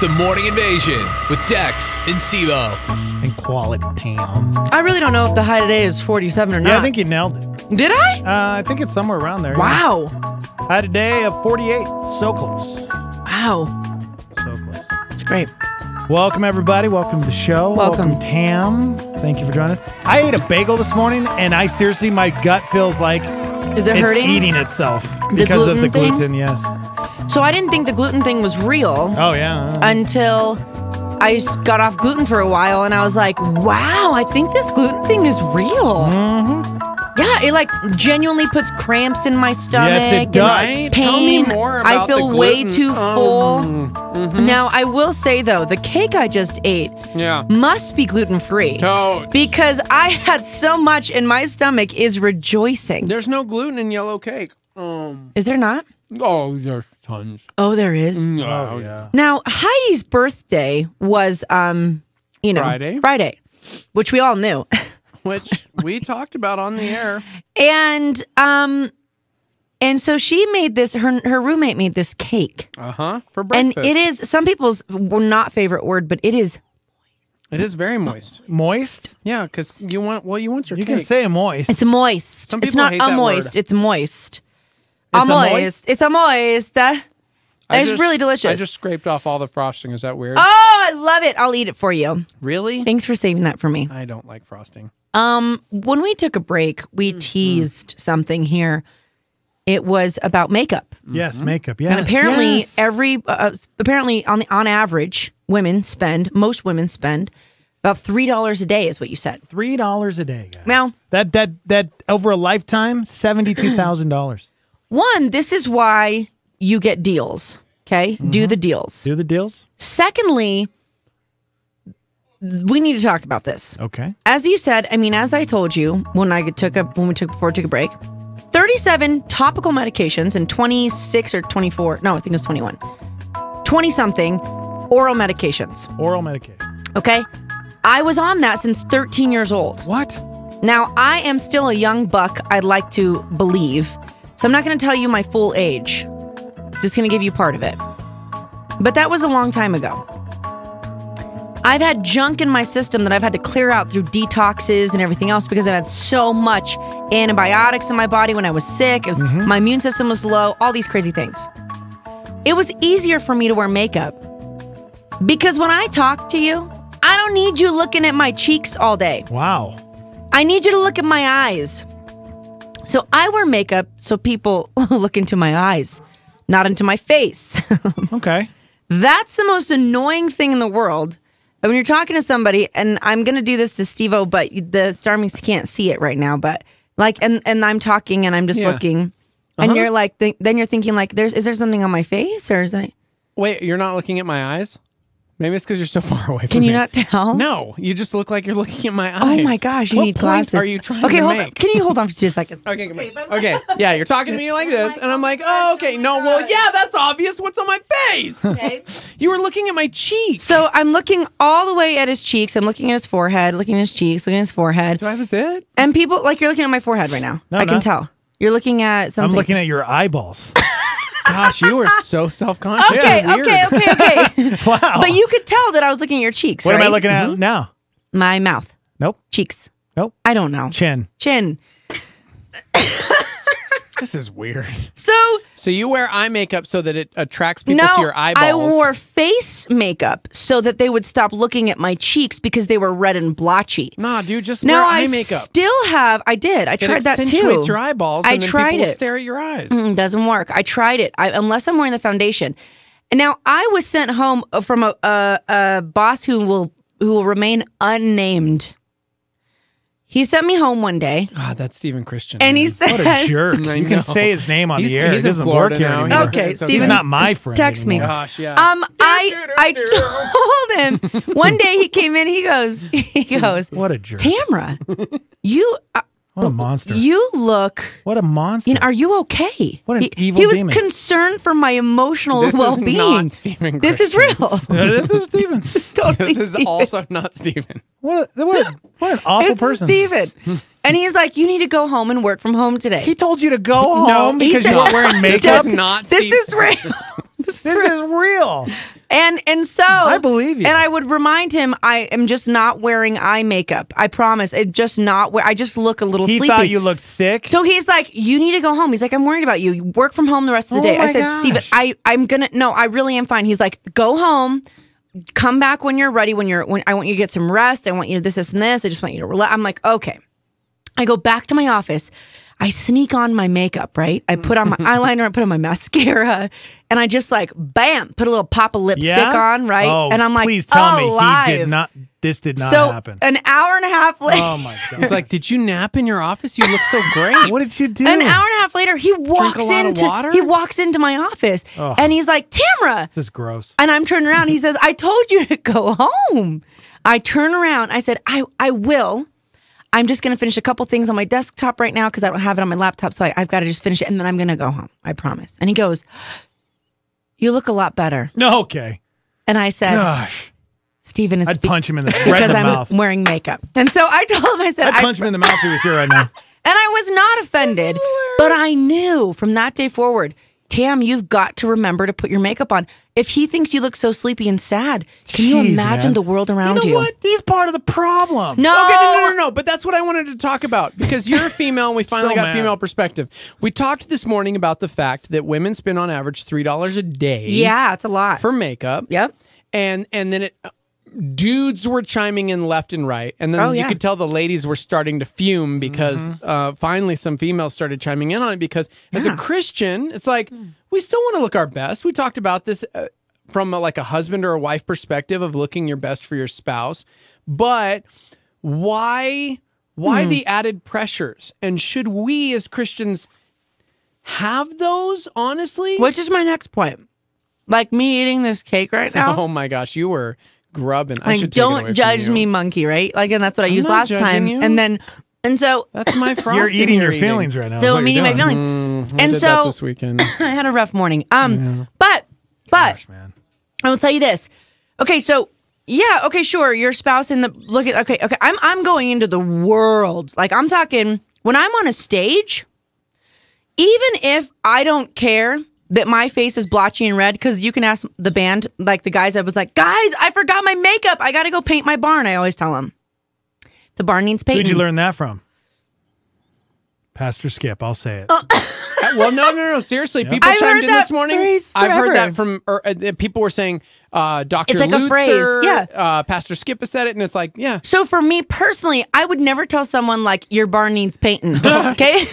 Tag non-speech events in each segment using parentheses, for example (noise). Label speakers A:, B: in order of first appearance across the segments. A: the Morning Invasion with Dex and Stevo.
B: and quality town.
C: I really don't know if the high today is 47 or not.
B: Yeah, I think you nailed it.
C: Did I?
B: Uh, I think it's somewhere around there. yeah.
C: Wow.
B: I had a day of 48. So close.
C: Wow.
B: So close.
C: That's great.
B: Welcome, everybody. Welcome to the show.
C: Welcome.
B: Tam. Thank you for joining us. I ate a bagel this morning, and I seriously, my gut feels like
C: Is it
B: it's
C: hurting?
B: eating itself because of the
C: gluten thing?
B: gluten. Yes.
C: So I didn't think the gluten thing was real
B: Oh yeah.
C: until I s- got off gluten for a while and I was like, wow, I think this gluten thing is real. Mm-hmm. Yeah, it like genuinely puts cramps in my stomach. and
B: does.
C: Pain.
B: Right?
A: Tell me more
C: I
A: about
C: feel
A: the
C: way
A: gluten. Um, mm-hmm.
C: too full. Now, I will say though, the cake I just ate
A: Yeah.
C: must be gluten free.
A: Totes.
C: Because I had so much and my stomach is rejoicing.
A: There's no gluten in yellow cake.
C: Is there not?
A: Oh, there's tons.
C: Oh, there is.
A: No.
C: Now, Heidi's birthday was um, you know,
A: Friday.
C: Friday, which we all knew. (laughs)
A: Which we talked about on the air.
C: and um and so she made this her her roommate made this cake.
A: Uh huh. For
C: And
A: breakfast.
C: it is some people's well, not favorite word, but it is
A: It is very moist.
B: moist.
A: Yeah, because you want. Well, you want your
B: You
A: cake.
B: can say moist.
C: it's moist.
A: Some
C: it's
A: people
C: not
A: hate
C: a
A: that
C: moist,
A: word.
C: it's moist.
B: It's
C: a
B: a
C: moist.
B: moist?
C: It's a moist. That
A: I
C: is
A: just-
C: really delicious.
A: I just scraped off all the frosting. Is that weird?
C: oh, I love it. I'll eat it for you.
A: really?
C: Thanks for saving that for me.
A: I don't like frosting.
C: Um, when we took a break, we
A: Mm-hmm.
C: teased something here. It was about makeup,
B: yes, makeup. Yes.
C: Mm-hmm. and apparently
B: yes.
C: every uh, apparently on the on average, women spend most women spend about three dollars a day, is what you said.
B: three dollars a day. Guys.
C: Now-
B: that that that over a lifetime, seventy-two thousand dollars.
C: One, this is why you get deals. Okay, do the deals.
B: Do the deals.
C: Secondly, we need to talk about this.
B: Okay.
C: as you said, I mean, as I told you when I took a when we took before we took a break, thirty-seven topical medications and twenty-six or twenty-four. No, I think it was twenty-one. Twenty-something oral medications.
B: Oral medication.
C: Okay, I was on that since thirteen years old.
B: What?
C: Now I am still a young buck. I'd like to believe, so I'm not going to tell you my full age. Just going to give you part of it. But that was a long time ago. I've had junk in my system that I've had to clear out through detoxes and everything else because I've had so much antibiotics in my body when I was sick. It was my immune system was low, all these crazy things. It was easier for me to wear makeup because when I talk to you, I don't need you looking at my cheeks all day.
B: Wow.
C: I need you to look at my eyes. So I wear makeup so people (laughs) look into my eyes, not into my face. (laughs)
B: Okay.
C: That's the most annoying thing in the world. And When you're talking to somebody, and I'm gonna do this to Stevo, but the Starmix can't see it right now. But like, and and I'm talking, and I'm just
A: Yeah. Uh-huh.
C: looking, and you're like, th- then you're thinking like, there's is there something on my face, or is I
A: Wait, you're not looking at my eyes? Maybe it's because you're so far (laughs) away from
C: can you
A: me.
C: not tell?
A: No, you just look like you're looking at my eyes.
C: Oh my gosh, you
A: What
C: need
A: point
C: glasses.
A: Are you trying
C: okay,
A: to
C: hold on.
A: make?
C: Can you hold on for two
A: (laughs)
C: seconds?
A: Okay, come
C: (laughs)
A: on. Okay, yeah, you're talking to me like this, and I'm like, oh, okay, no, well, yeah, that's obvious. What's on my face?
C: (laughs) Okay.
A: You were looking at my cheeks.
C: So I'm looking all the way at his cheeks. I'm looking at his forehead, looking at his cheeks, looking at his forehead.
A: Do I have a zit?
C: And people, like, you're looking at my forehead right now.
B: No,
C: I can
B: no.
C: tell. You're looking at
B: I'm
C: something.
B: looking at your eyeballs.
A: Gosh, you
C: (laughs)
A: are so self-conscious.
C: Okay,
A: Weird.
C: okay, okay, okay.
B: (laughs) wow.
C: but you could tell that I was looking at your cheeks.
B: what am I
C: right? Mm-hmm.
B: looking at now?
C: My mouth,
B: Nope.
C: cheeks.
B: Nope.
C: I don't know.
B: Chin.
C: Chin.
B: (laughs)
A: This is weird.
C: So
A: So you wear eye makeup so that it attracts people
C: no,
A: to your
C: I
A: eyeballs.
C: wore face makeup so that they would stop looking at my cheeks because they were red and blotchy.
A: Nah, dude, just
C: Now
A: wear
C: I
A: eye makeup.
C: still have. I did. I
A: it
C: tried that too.
A: accentuates your eyeballs.
C: I
A: and then
C: tried
A: people
C: it.
A: Stare at your eyes.
C: Mm, doesn't work. I tried it. I, unless I'm wearing the foundation. And now I was sent home uh, from a, a, a boss who will who will remain unnamed. He sent me home one
A: (sighs)
C: day,
A: God, Ah, that's Stephen Christian.
C: and he
A: man.
C: said,
B: What
C: (laughs)
B: a jerk.
A: I
B: You can
A: know.
B: say his name on
A: He's-
B: the air.
A: he's
B: it
A: in
B: doesn't
A: Florida
B: work here
A: now.
B: anymore.
A: He's-
C: "Okay,
A: It's okay.
B: He's
C: Steven,
B: not my friend.
C: (laughs) text me."
B: anymore.
A: Gosh, yeah. (laughs)
C: Um, I I (laughs) told him one day. He came in. He goes, (laughs) he goes,
B: What a jerk.
C: Tamra, you uh,
B: What a monster.
C: you look.
B: what a monster.
C: You know, are you okay?
B: What an
C: he,
B: evil
C: he was
B: demon.
C: concerned for my emotional
A: This is not
C: well-being.
A: Steven
C: "Oh, this is
A: Christian. (laughs)
C: real. (laughs)
B: this is Steven.
C: It's totally
A: This is
C: Steven.
A: also not Steven.
B: What, a, what, a, what an awful
C: it's
B: person. (laughs)
C: Steven. and he's like, you need to go home and work from home today.
B: He told you to go home
A: he
B: because
C: said- (laughs)
B: you weren't wearing
A: This
B: makeup.
A: is not
C: this
A: Steven.
C: is real. this
B: This is real.
C: (laughs) And and so
B: I believe you.
C: And I would remind him I am just not wearing eye makeup. I promise. It just not where I just look a little
B: He
C: sleepy.
B: thought you looked sick.
C: so he's like, "You need to go home." He's like, "I'm worried about you. You work from home the rest of the
B: Oh
C: day." I
B: my
C: said,
B: gosh.
C: "Steven, I I'm going to No, I really am fine." He's like, "Go home. Come back when you're ready when you're when I want you to get some rest. I want you to this this and this. I just want you to relax." I'm like, "Okay." I go back to my office. I sneak on my makeup, right? I put
B: (laughs)
C: on my eyeliner, I put on my mascara, and I just like bam, put a little pop of lipstick
B: yeah?
C: on, right?
B: Oh,
C: and I'm like,
B: please tell
C: alive.
B: me he did not. This did not
C: So
B: happen.
C: an hour and a half later,
B: oh my god!
A: It's like, did you nap in your office? You look so great. (laughs)
B: what did you do?
C: an hour and a half later, he walks
A: lot of
C: into
A: water?
C: he walks into my office, and he's like, Tamra,
B: This is gross.
C: And I'm turning around. He says, I told you to go home. I turn around. I said, I, I will. I'm just going to finish a couple things on my desktop right now because I don't have it on my laptop. So I, I've got to just finish it and then I'm going to go home. I promise. And he goes, You look a lot better.
B: No, okay.
C: And I said,
B: Gosh,
C: Stephen, it's
B: I'd
C: be-
B: punch him in the, (laughs) right in
C: because
B: the
C: I'm
B: mouth.
C: wearing makeup. And so I told him, I said,
B: I'd
C: I,
B: punch him in the mouth if he was here right now.
C: and I was not offended, but I knew from that day forward, Tam, you've got to remember to put your makeup on. If he thinks you look so sleepy and sad, can you
B: Jeez,
C: imagine
B: man.
C: the world around you?
A: know what?
B: He's part of the problem.
C: No.
A: Okay, no, no, no, no. But that's what I wanted to talk about because you're a
C: (laughs)
A: female and we
B: So
A: finally got
B: mad.
A: female perspective. We talked this morning about the fact that women spend on average $3 a day
C: Yeah, it's a lot.
A: for makeup.
C: yep.
A: And and then it dudes were chiming in left and right and then
C: Oh,
A: you
C: yeah. Mm-hmm.
A: could tell the ladies were starting to fume because uh, finally some females started chiming in on it because as a
C: Yeah. Hmm.
A: christian it's like we still want to look our best we talked about this uh, from a, like a husband or a wife perspective of looking your best for your spouse but why why
C: Hmm.
A: the added pressures and should we as christians have those honestly
C: Which is my next point. Like me eating this cake
A: (laughs)
C: right now.
A: oh my gosh you were grubbing i
C: like
A: should take it away
C: don't
A: from
C: judge
A: you.
C: me, monkey, right? Like and that's what I used
A: not
C: last
A: judging
C: time.
A: you.
C: And then and so
A: That's (laughs) my frosting.
B: You're eating your
C: (laughs)
B: feelings right now. is
C: so
B: what
C: I'm
B: you're
C: eating my
B: doing.
C: feelings.
A: Mm-hmm. I
C: and
A: did that
C: so
A: this weekend.
C: (laughs)
A: Uh,
C: I had a rough morning. Um but but
B: Gosh, man.
C: I will tell you this. Okay, so yeah, okay, sure. Your spouse in the look at okay, okay. I'm I'm going into the world. Like I'm talking when I'm on a stage, even if I don't care that my face is blotchy and red, because you can ask the band, like the guys I was like, guys, I forgot my makeup. I gotta go paint my barn. I always tell them. The barn needs painting.
B: Who'd you learn that from? Pastor Skip, I'll say it.
C: Uh,
A: well, no, no, no. Seriously, people
C: I've
A: chimed
C: heard
A: in
C: that
A: this morning.
C: phrase
A: I've heard
C: forever.
A: that from or, uh, uh, people were saying uh, Dr.
C: like a phrase,
A: Lutzer,
C: yeah.
A: uh, Pastor Skip has said it, and it's like, yeah.
C: So for me personally, I would never tell someone like your barn needs painting. (laughs) Okay.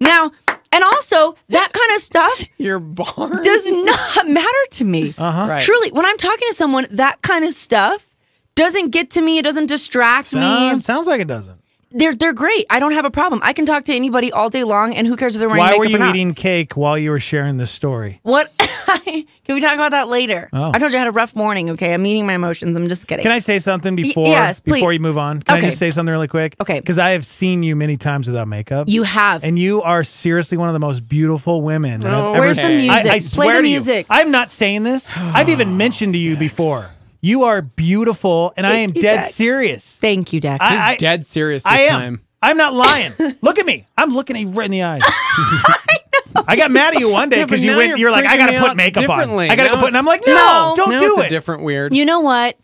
C: now, and also that kind of stuff (laughs)
A: Your barn.
C: does not matter to me. Uh-huh.
A: Right.
C: Truly, when I'm talking to someone, that kind of stuff doesn't get to me. It doesn't distract
B: Uh,
C: me.
B: sounds like it doesn't.
C: They're they're great. I don't have a problem. I can talk to anybody all day long, and who cares if they're wearing
B: Why
C: makeup
B: were you
C: or not?
B: eating cake while you were sharing this story?
C: What? (laughs) can we talk about that later? I told you I had a rough morning. Okay, I'm eating my emotions. I'm just kidding.
B: Oh. Can I say something before
C: yes, please.
B: before you move on? Can I
C: Okay.
B: just say something really quick?
C: Okay.
B: Because I have seen you many times without makeup.
C: you have.
B: and you are seriously one of the most beautiful women that I've ever
C: Where's the
B: seen.
C: music?
B: I, I
C: Play
B: swear
C: the
B: to you,
C: music.
B: I'm not saying this. I've even mentioned to you before. You are beautiful, and I am
C: Thank you,
B: dead
C: Dex.
B: serious.
C: Thank you, Dex.
B: I-
A: He's dead serious this
B: I am.
A: time.
B: I'm not lying. Look at me. I'm looking at you right in the eyes. I, got mad at you one day
A: Yeah, but
B: because you
A: now
B: went.
A: you're
B: You're like, I
A: freaking
B: gotta
A: me
B: put
A: out
B: makeup on.
A: differently.
B: I gotta
A: Now
B: go put. And I'm like, no,
C: No.
B: don't
A: now
B: do
A: it's
B: it.
A: a different weird.
C: you know what?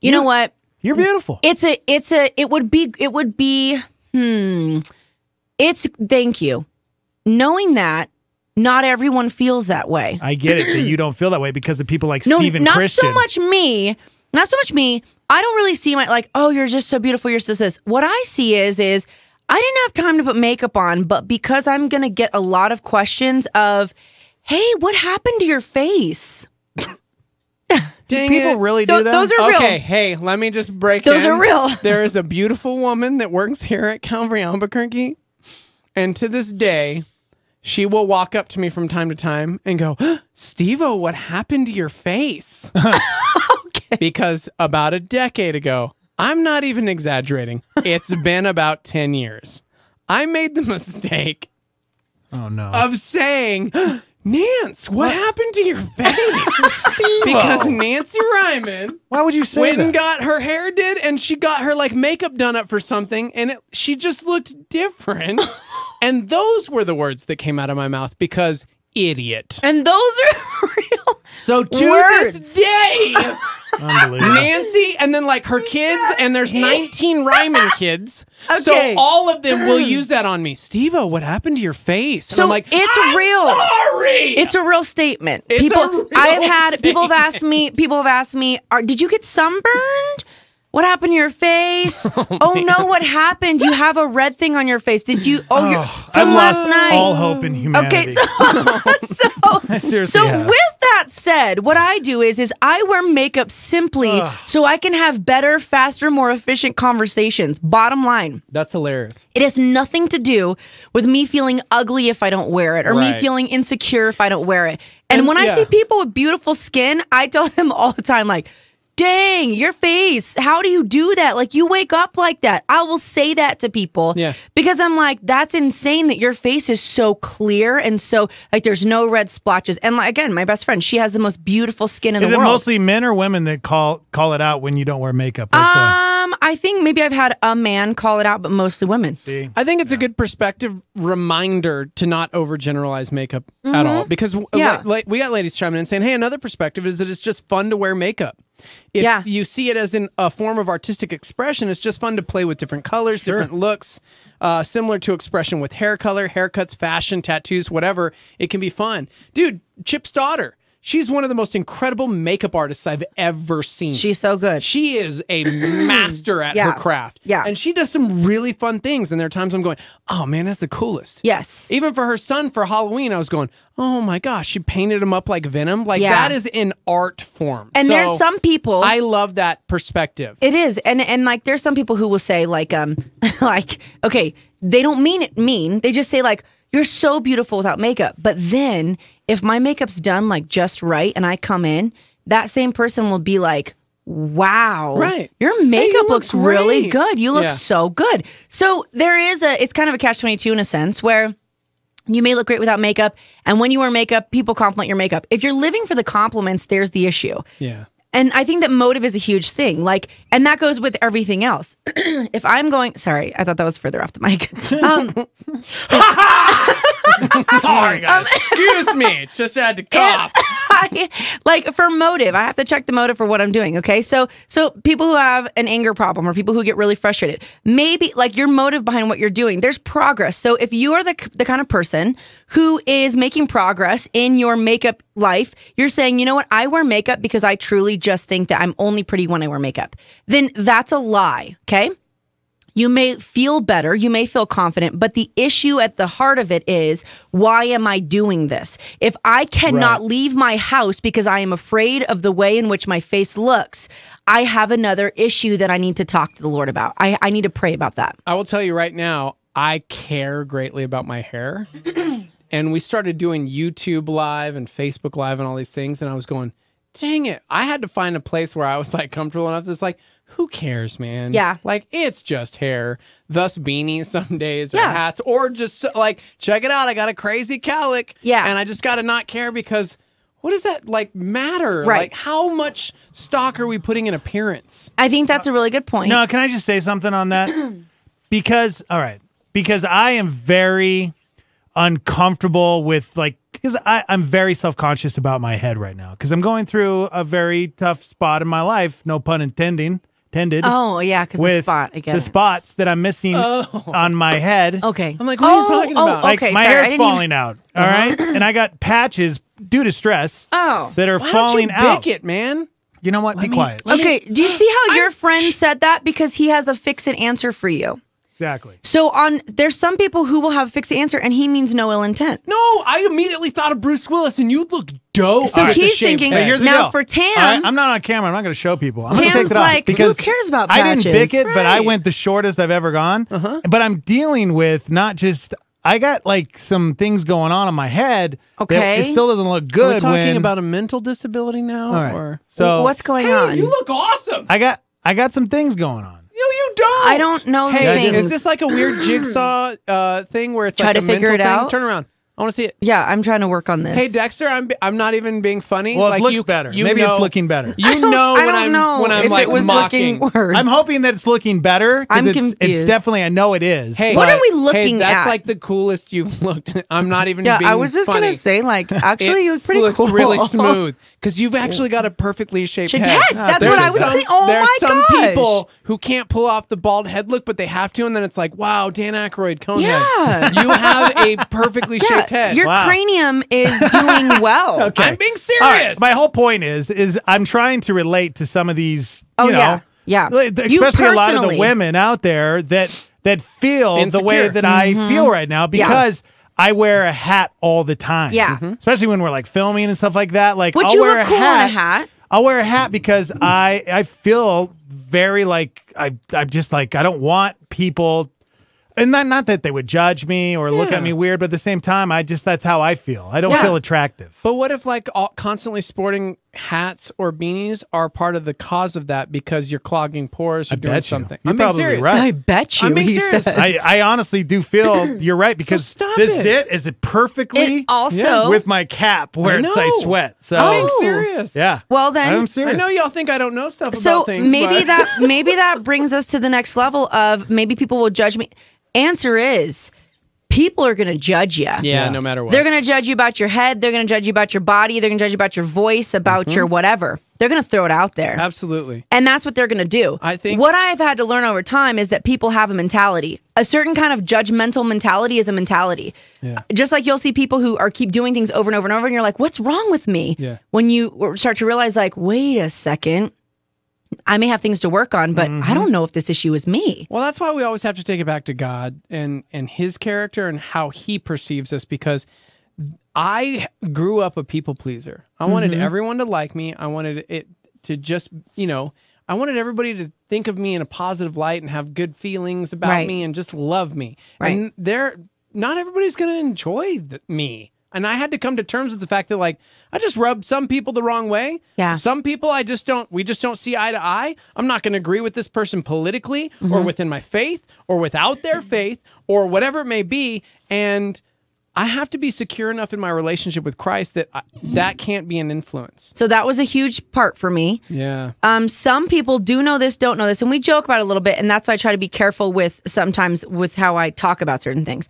C: You know what?
B: You're beautiful.
C: It's a it's a it would be it would be hmm it's thank you. Knowing that not everyone feels that way.
B: I get it that you don't feel that way because of people like
C: No,
B: Stephen
C: not
B: Uh, Christian.
C: so much me. Not so much me. I don't really see my like, oh, you're just so beautiful, you're so this. What I see is is I didn't have time to put makeup on, but because I'm gonna get a lot of questions of, hey, what happened to your face?
A: Dang
B: People
A: it.
B: really do
C: Th-
B: that.
C: those are real.
A: Okay, hey, let me just break
C: Those
A: in.
C: are real.
A: (laughs) there is a beautiful woman that works here at Calvary Albuquerque. And to this day, she will walk up to me from time to time and go, Steve O, what happened to your face? Because about a decade ago, I'm not even exaggerating,
C: (laughs)
A: it's been about 10 years. I made the mistake
B: oh no.
A: of saying, Nance, what, happened to your face? because Nancy Ryman
B: Why would you say
A: went and
B: that?
A: got her hair did, and she got her like makeup done up for something, and it, she just looked different.
C: (laughs)
A: and those were the words that came out of my mouth because idiot.
C: And those are (laughs) real.
A: So to
C: Words. (laughs)
A: this day,
B: Unbelievable.
A: Nancy, and then like her kids, and there's 19 Ryman kids.
C: Okay.
A: So all of them
C: (clears throat)
A: will use that on me. Steve what happened to your face? And
C: So
A: I'm like,
C: it's
A: "I'm
C: real.
A: Sorry.
C: It's a real statement.
A: It's a
C: people,
A: real
C: I've had people have asked me. People have asked me, Are, "Did you get sunburned? What happened to your
B: (laughs)
C: face? Oh, no, what happened? You have a red thing on your face. Did you? Oh, you're,
B: I've
C: from
B: lost
C: last night.
B: all hope in humanity.
C: okay, so
B: (laughs)
C: (laughs) so
B: seriously
C: so
B: have.
C: with that said, what I do is is I wear makeup simply so I can have better, faster, more efficient conversations. Bottom line.
A: That's hilarious.
C: It has nothing to do with me feeling ugly if I don't wear it or me
A: Right.
C: feeling insecure if I don't wear it. And,
A: And-
C: when I
A: yeah.
C: see people with beautiful skin, I tell them (laughs) all the time, like, dang, your face, how do you do that? Like, you wake up like that. I will say that to people
A: Yeah.
C: because I'm like, that's insane that your face is so clear and so, like, there's no red splotches. And like, again, my best friend, she has the most beautiful skin in
B: Is
C: the
B: it
C: world.
B: mostly men or women that call call it out when you don't wear makeup? What's the-
C: um, I think maybe I've had a man call it out, but mostly women.
B: see?
A: I think it's a good perspective reminder to not overgeneralize makeup at all because w-
C: Mm-hmm. Yeah.
A: like, like, we got ladies chiming in saying, "Hey, another perspective is that it's just fun to wear makeup." If
C: Yeah.
A: you see it as in a form of artistic expression, it's just fun to play with different colors, different looks, uh, similar to expression with hair color, haircuts, fashion, tattoos, whatever. It can be fun, dude. Chip's daughter, she's one of the most incredible makeup artists I've ever seen.
C: She's so good.
A: She is
C: (clears throat)
A: a master at
C: Yeah.
A: her craft.
C: Yeah.
A: And she does some really fun things. And there are times I'm going, oh man, that's the coolest.
C: Yes.
A: Even for her son for Halloween, I was going, oh my gosh, she painted him up like Venom. Like
C: Yeah.
A: that is an art form.
C: And
A: So,
C: there's some people
A: I love that perspective.
C: It is, and and like there's some people who will say like um (laughs) like okay they don't mean it mean they just say like you're so beautiful without makeup. But then if my makeup's done like just right and I come in, that same person will be like, wow,
A: Right.
C: Your
A: Hey, you
C: makeup
A: look
C: looks really
A: great."
C: good. You look
A: Yeah.
C: so good. So there is a it's kind of a catch twenty two in a sense where. You may look great without makeup, and when you wear makeup, people compliment your makeup. If you're living for the compliments, there's the issue. (laughs)
A: yeah.
C: And I think that motive is a huge thing. Like, and that goes with everything else. (clears throat) if I'm going, sorry, I thought that was further off the mic. (laughs) Um,
B: Sorry,
C: (laughs)
B: guys.
A: Excuse me. Just had to cough.
C: I, like for motive, I have to check the motive for what I'm doing. Okay, so so people who have an anger problem or people who get really frustrated, maybe like your motive behind what you're doing. There's progress. So if you are the the kind of person who is making progress in your makeup life, you're saying, you know what, I wear makeup because I truly just think that I'm only pretty when I wear makeup. Then that's a lie. Okay. You may feel better, you may feel confident, but the issue at the heart of it is why am I doing this? If I cannot leave my house because I am afraid of the way in which my face looks, I have another issue that I need to talk to the Lord about. I, I need to pray about that.
A: I will tell you right now, I care greatly about
C: (clears throat)
A: my hair. and we started doing YouTube live and Facebook live and all these things. And I was going, dang it. I had to find a place where I was like comfortable enough that's like, who cares, man?
C: Yeah.
A: Like it's just hair. Thus beanies some days or
C: Yeah.
A: hats. Or just uh, like, check it out. I got a crazy cowlick.
C: Yeah.
A: And I just gotta not care because what does that like matter?
C: Right.
A: Like how much stock are we putting in appearance?
C: I think that's a really good point.
B: No, can I just say something on
C: (clears throat)
B: that? because all right, because I am very uncomfortable with like because I'm very self conscious about my head right now because I'm going through a very tough spot in my life. No pun intending. Intended.
C: Oh, yeah, because the
B: with
C: spot, I
B: the
C: guess.
B: spots that I'm missing on my head.
C: Okay.
A: I'm like, what are you
C: Oh,
A: talking
C: oh,
A: about?
B: Like
C: okay,
B: my
C: sorry, I
B: hair's
C: didn't
B: falling
C: even- Uh-huh.
B: out. All right, and I got patches due to stress.
C: Oh.
B: that are
A: Why
B: falling
A: don't you
B: out.
A: Pick it, man.
B: You know what? Be
A: me-
B: quiet.
A: let me-
C: okay, do you see how your friend said that? Because he has a fix it answer for you.
B: exactly.
C: So on there's some people who will have a fixed answer and he means no ill intent.
A: No, I immediately thought of Bruce Willis, and you look dope.
C: So
A: with the
C: he's
A: shaved
C: thinking-
A: head.
B: But here's the
C: Now
B: deal.
C: for Tam-
B: All right, I'm not on camera. I'm not going to show people. I'm going to
C: Tam's
B: take it off
C: like, who
B: because
C: cares about
B: I didn't
C: patches? Uh-huh.
B: bick it, but I
A: Right.
B: went the shortest I've ever gone. But I'm dealing with not just. I got like some things going on in my head. that
C: Okay.
B: it still doesn't look
A: Are we
B: good.
A: talking
B: when,
A: about a mental disability now,
B: All right.
A: or
B: so
C: What's going
A: hey,
C: on?
A: you look awesome.
B: I got I got some things going on.
A: no, you don't.
C: I don't know the
A: Hey,
C: things.
A: (clears throat) is this like a weird jigsaw uh, thing where it's
C: Try
A: like
C: to
A: a
C: figure
A: mental
C: it
A: thing?
C: out?
A: Turn around. I want to see it.
C: Yeah, I'm trying to work on this.
A: Hey Dexter, I'm I'm not even being funny.
B: Well, it
A: like
B: looks
A: you,
B: better.
A: You
B: Maybe
A: know,
B: it's looking better.
A: You know
C: (laughs) I
A: when
C: don't
A: I'm
C: know
A: when I'm
C: if
A: like
C: it was
A: mocking.
C: (laughs) looking worse.
B: I'm hoping that it's looking better. 'cause
C: I'm
B: it's, It's
C: confused.
B: definitely. I know it is.
A: Hey,
C: What
B: but
C: are we
A: hey,
C: looking
A: that's
C: at?
A: like the coolest you've looked. (laughs) I'm not even.
C: yeah,
A: being
C: I was just
A: funny.
C: gonna say
A: (laughs)
C: like actually
A: It
C: you look pretty
A: looks
C: cool.
A: really
C: (laughs)
A: smooth because you've actually got a perfectly shaped
C: Shaped
A: head.
C: head, that's
A: There's
B: what I was
A: some-
C: thinking. Oh
A: there's
C: my
A: some
C: gosh.
A: people who can't pull off the bald head look, but they have to, and then it's like, wow, Dan Aykroyd, Coneheads.
C: Yeah.
A: You have a
C: (laughs)
A: perfectly shaped head.
C: Your
B: Wow.
C: cranium
A: (laughs)
C: is doing well.
B: Okay.
A: I'm being
B: All right,
A: serious.
B: my whole point is, is I'm trying to relate to some of these.
C: Oh,
B: you know,
C: yeah. Yeah.
B: li-
C: You
B: Especially a lot of the
C: personally.
B: women out there that that feel the way
A: Insecure.
B: that I
C: Mm-hmm.
B: feel right now because. I wear a hat all the time.
C: Yeah.
A: Mm-hmm.
C: Mhm.
B: Especially when we're like filming and stuff like that. Like,
C: Would
B: I'll
C: you
B: wear
C: look
B: a
C: cool in
B: hat.
C: a hat?
B: I'll wear a hat because I I feel very like I I'm just like I don't want people and not not that they would judge me or look
A: Yeah.
B: at me weird, but at the same time, I just that's how I feel. I don't
C: Yeah.
B: feel attractive.
A: But what if like all, constantly sporting hats or beanies are part of the cause of that because you're clogging pores, you're doing
B: bet you.
A: something.
B: You're
A: I'm being
B: probably
A: serious.
B: right.
C: I bet you.
A: I'm being
C: he
A: serious.
C: says.
B: I, I honestly do (clears throat) feel you're right because
A: stop
B: this
A: it.
B: zit is perfectly
C: It also- Oh.
B: with my cap where it's I
A: know.
B: sweat. So
A: I'm being serious.
B: yeah.
C: Well, then-
B: I'm
A: I
B: serious.
A: know y'all think I don't know stuff
C: so
A: about things.
C: maybe
A: but- (laughs)
C: that maybe that brings us to the next level of maybe people will judge me. Answer is people are going to judge you.
A: Yeah, no matter what.
C: They're going to judge you about your head, they're going to judge you about your body, they're going to judge you about your voice, about
A: Mm-hmm.
C: your whatever. They're going to throw it out there.
A: Absolutely.
C: And that's what they're going to do.
A: I think-
C: what I've had to learn over time is that people have a mentality. A certain kind of judgmental mentality is a mentality. Just like you'll see people who are keep doing things over and over and over, and you're like, "What's wrong with me?"
A: Yeah.
C: When you start to realize, like, wait a second, I may have things to work on, but
A: Mm-hmm.
C: I don't know if this issue is me.
A: Well, that's why we always have to take it back to God and and His character and how He perceives us. Because I grew up a people pleaser. I wanted
C: Mm-hmm.
A: everyone to like me. I wanted it to just you know. I wanted everybody to think of me in a positive light and have good feelings about
C: Right.
A: me and just love me.
C: Right.
A: And they're not everybody's going to enjoy th- me. And I had to come to terms with the fact that like I just rub some people the wrong way.
C: Yeah.
A: Some people I just don't we just don't see eye to eye. I'm not going to agree with this person politically
C: Mm-hmm.
A: or within my faith or without their faith or whatever it may be and I have to be secure enough in my relationship with Christ that I, that can't be an influence.
C: So that was a huge part for me.
A: Yeah.
C: Um, some people do know this, don't know this, and we joke about it a little bit, and that's why I try to be careful with sometimes with how I talk about certain things.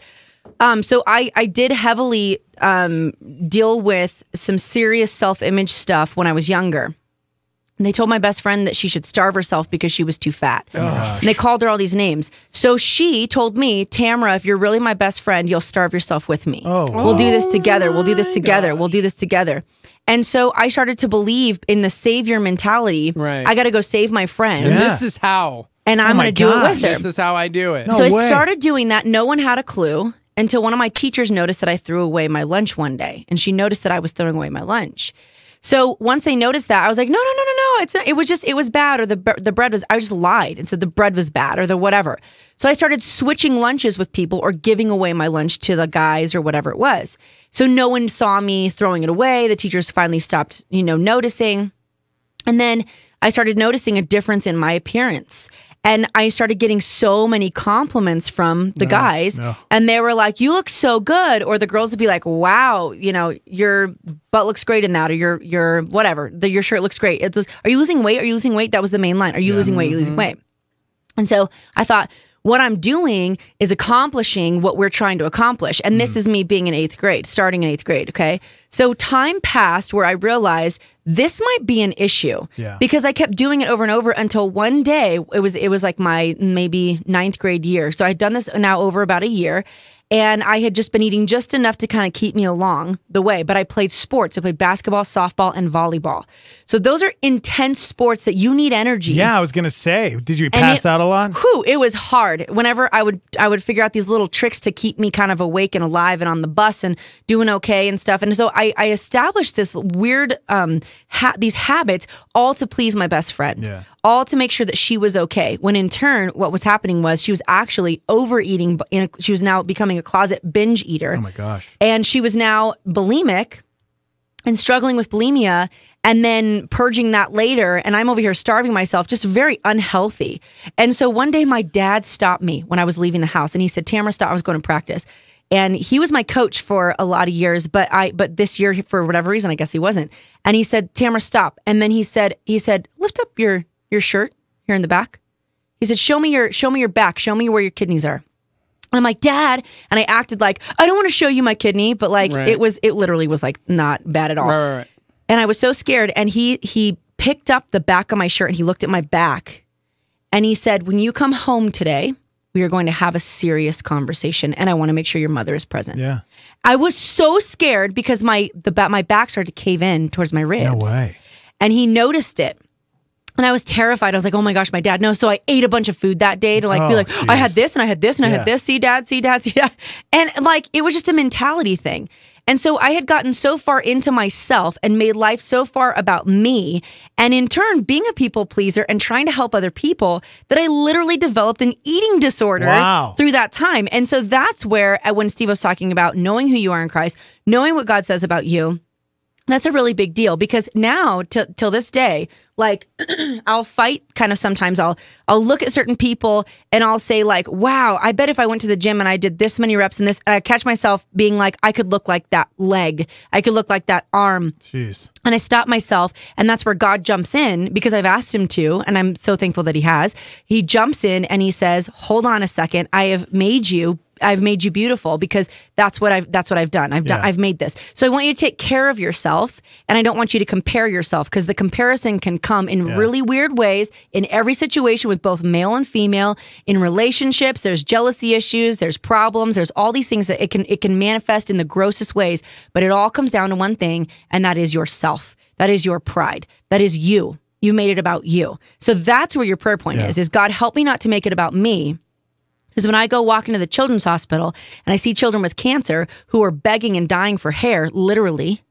C: Um, so I I did heavily um, deal with some serious self image stuff when I was younger. And they told my best friend that she should starve herself because she was too fat. and they called her all these names. So she told me, Tamara, if you're really my best friend, you'll starve yourself with me. Oh. We'll do this together. We'll do this together. We'll do this together. And so I started to believe in the savior mentality.
A: Right.
C: I got to go save my friend
B: Yeah. Oh
A: This is how.
C: and I'm
B: my
C: going to do it
B: gosh.
C: with her.
A: This is how I do it.
B: No.
C: So
B: way.
C: I started doing that. No one had a clue until one of my teachers noticed that I threw away my lunch one day, and she noticed that I was throwing away my lunch. So once they noticed that, I was like, no, no, no, no, no. It's not, it was just it was bad, or the br- the bread was. I just lied and said the bread was bad, or the whatever. So I started switching lunches with people, or giving away my lunch to the guys, or whatever it was. So no one saw me throwing it away. The teachers finally stopped, you know, noticing. And then I started noticing a difference in my appearance. And I started getting so many compliments from the guys. And they were like, You look so good. Or the girls would be like, Wow, you know, your butt looks great in that, or your your whatever, the, your shirt looks great. It was, Are you losing weight? Are you losing weight? That was the main line. Are you losing weight? Are you losing weight? And so I thought, what I'm doing is accomplishing what we're trying to accomplish. And
B: Mm-hmm.
C: this is me being in eighth grade, starting in eighth grade. Okay. So time passed where I realized this might be an issue
B: Yeah.
C: because I kept doing it over and over until one day it was, it was like my maybe ninth grade year. So I'd done this now over about a year and I had just been eating just enough to kind of keep me along the way. But I played sports. I played basketball, softball, and volleyball. So those are intense sports that you need energy.
B: Yeah, I was gonna say, did you pass
C: it-
B: out a lot?
C: Whew, it was hard. Whenever I would I would figure out these little tricks to keep me kind of awake and alive and on the bus and doing okay and stuff. And so I, I established this weird um ha- these habits all to please my best friend.
B: Yeah.
C: All to make sure that she was okay. When in turn what was happening was she was actually overeating but in a- she was now becoming a closet binge eater.
B: Oh my gosh.
C: And she was now bulimic and struggling with bulimia and then purging that later and i'm over here starving myself just very unhealthy and so one day my dad stopped me when i was leaving the house and he said tamara stop i was going to practice and he was my coach for a lot of years but i but this year for whatever reason i guess he wasn't and he said tamara stop and then he said he said lift up your your shirt here in the back he said show me your show me your back show me where your kidneys are and i'm like dad and i acted like i don't want to show you my kidney but like
A: Right.
C: it was it literally was like not bad at all
A: Right, right, right.
C: and I was so scared. And he he picked up the back of my shirt and he looked at my back, and he said, "When you come home today, we are going to have a serious conversation, and I want to make sure your mother is present."
B: Yeah.
C: I was so scared because my the ba- my back started to cave in towards my ribs.
B: No way.
C: And he noticed it. And I was terrified. I was like, "Oh my gosh, my dad!" No, so I ate a bunch of food that day to like be
B: Oh,
C: like, "I
B: jeez.
C: had this and I had this and I
B: Yeah.
C: had this." See, dad, see, dad, (laughs) see, dad, and like it was just a mentality thing. And so I had gotten so far into myself and made life so far about me, and in turn being a people pleaser and trying to help other people that I literally developed an eating disorder
B: Wow.
C: through that time. And so that's where uh, when Steve was talking about knowing who you are in Christ, knowing what God says about you, that's a really big deal because now till till this day like (clears throat) i'll fight kind of sometimes i'll i'll look at certain people and i'll say like wow i bet if i went to the gym and i did this many reps and this and i catch myself being like i could look like that leg i could look like that arm
B: Jeez.
C: and I stop myself, and that's where God jumps in because I've asked him to, and I'm so thankful that he has. He jumps in and he says, "Hold on a second. I have made you. I've made you beautiful because that's what I've that's what I've done. I've done.
B: Yeah.
C: I've made this. So I want you to take care of yourself, and I don't want you to compare yourself because the comparison can come in really weird ways in every situation with both male and female in relationships. There's jealousy issues. There's problems. There's all these things that it can it can manifest in the grossest ways. But it all comes down to one thing, and that is yourself. That is your pride. That is you. You made it about you. So that's where your prayer point is: is God help me not to make it about me. Because when I go walk into the children's hospital and I see children with cancer who are begging and dying for hair, literally,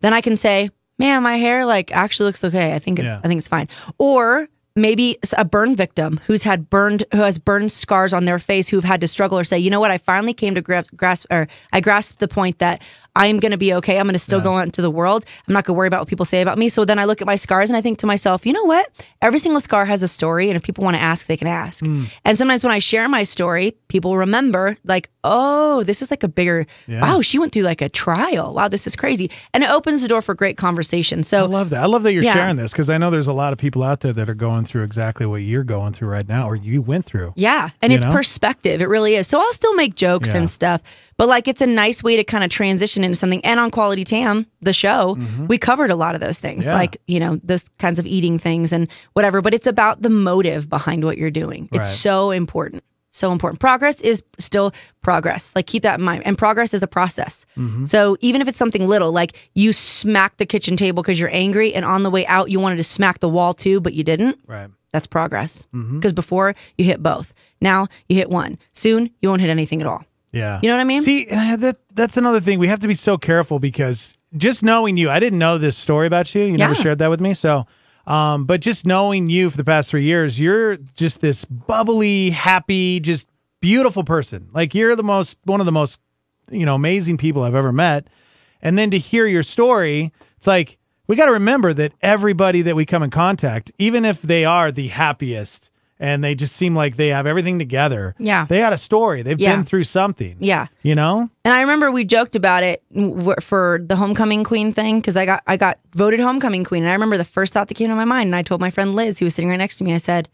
C: then I can say, "Man, my hair like actually looks okay. I think it's
B: Yeah.
C: I think it's fine." Or maybe s- a burn victim who's had burned who has burned scars on their face who've had to struggle or say, "You know what? I finally came to grasp, grasp or I grasped the point that I am going to be okay. I'm going to still go out into the world. I'm not going to worry about what people say about me." So then I look at my scars and I think to myself, "You know what? Every single scar has a story, and if people want to ask, they can ask." And sometimes when I share my story, people remember like, "Oh, this is like a bigger wow, she went through like a trial. Wow, this is crazy." And it opens the door for great conversation.
B: I
C: So
B: love that. I love that you're
C: Yeah.
B: sharing this because I know there's a lot of people out there that are going through exactly what you're going through right now or you went through.
C: Yeah. And
B: You
C: it's
B: know?
C: perspective. It really is. So I'll still make jokes
B: Yeah.
C: and stuff, but like it's a nice way to kind of transition into something. And on Quality Tam, the show, we covered a lot of those things,
B: Mm-hmm. Yeah.
C: like, you know, those kinds of eating things and whatever. But it's about the motive behind what you're doing.
B: Right.
C: It's so important. So important. Progress is still progress. Like keep that in mind. And progress is a process.
B: Mm-hmm.
C: So even if it's something little, like you smack the kitchen table because you're angry, and on the way out you wanted to smack the wall too, but you didn't.
B: Right.
C: That's progress. Because
B: Mm-hmm.
C: before you hit both. Now you hit one. Soon you won't hit anything at all.
B: Yeah.
C: You know what I mean?
B: See, uh, that that's another thing. We have to be so careful because just knowing you, I didn't know this story about you. You never
C: Yeah.
B: shared that with me. So, um, but just knowing you for the past three years, you're just this bubbly, happy, just beautiful person. Like you're the most one of the most, you know, amazing people I've ever met. And then to hear your story, it's like we got to remember that everybody that we come in contact, even if they are the happiest and they just seem like they have everything together,
C: Yeah.
B: they had a story. They've
C: Yeah.
B: been through something.
C: Yeah.
B: You know?
C: And I remember we joked about it w- for the homecoming queen thing because I got I got voted homecoming queen, and I remember the first thought that came to my mind, and I told my friend Liz, who was sitting right next to me, I said,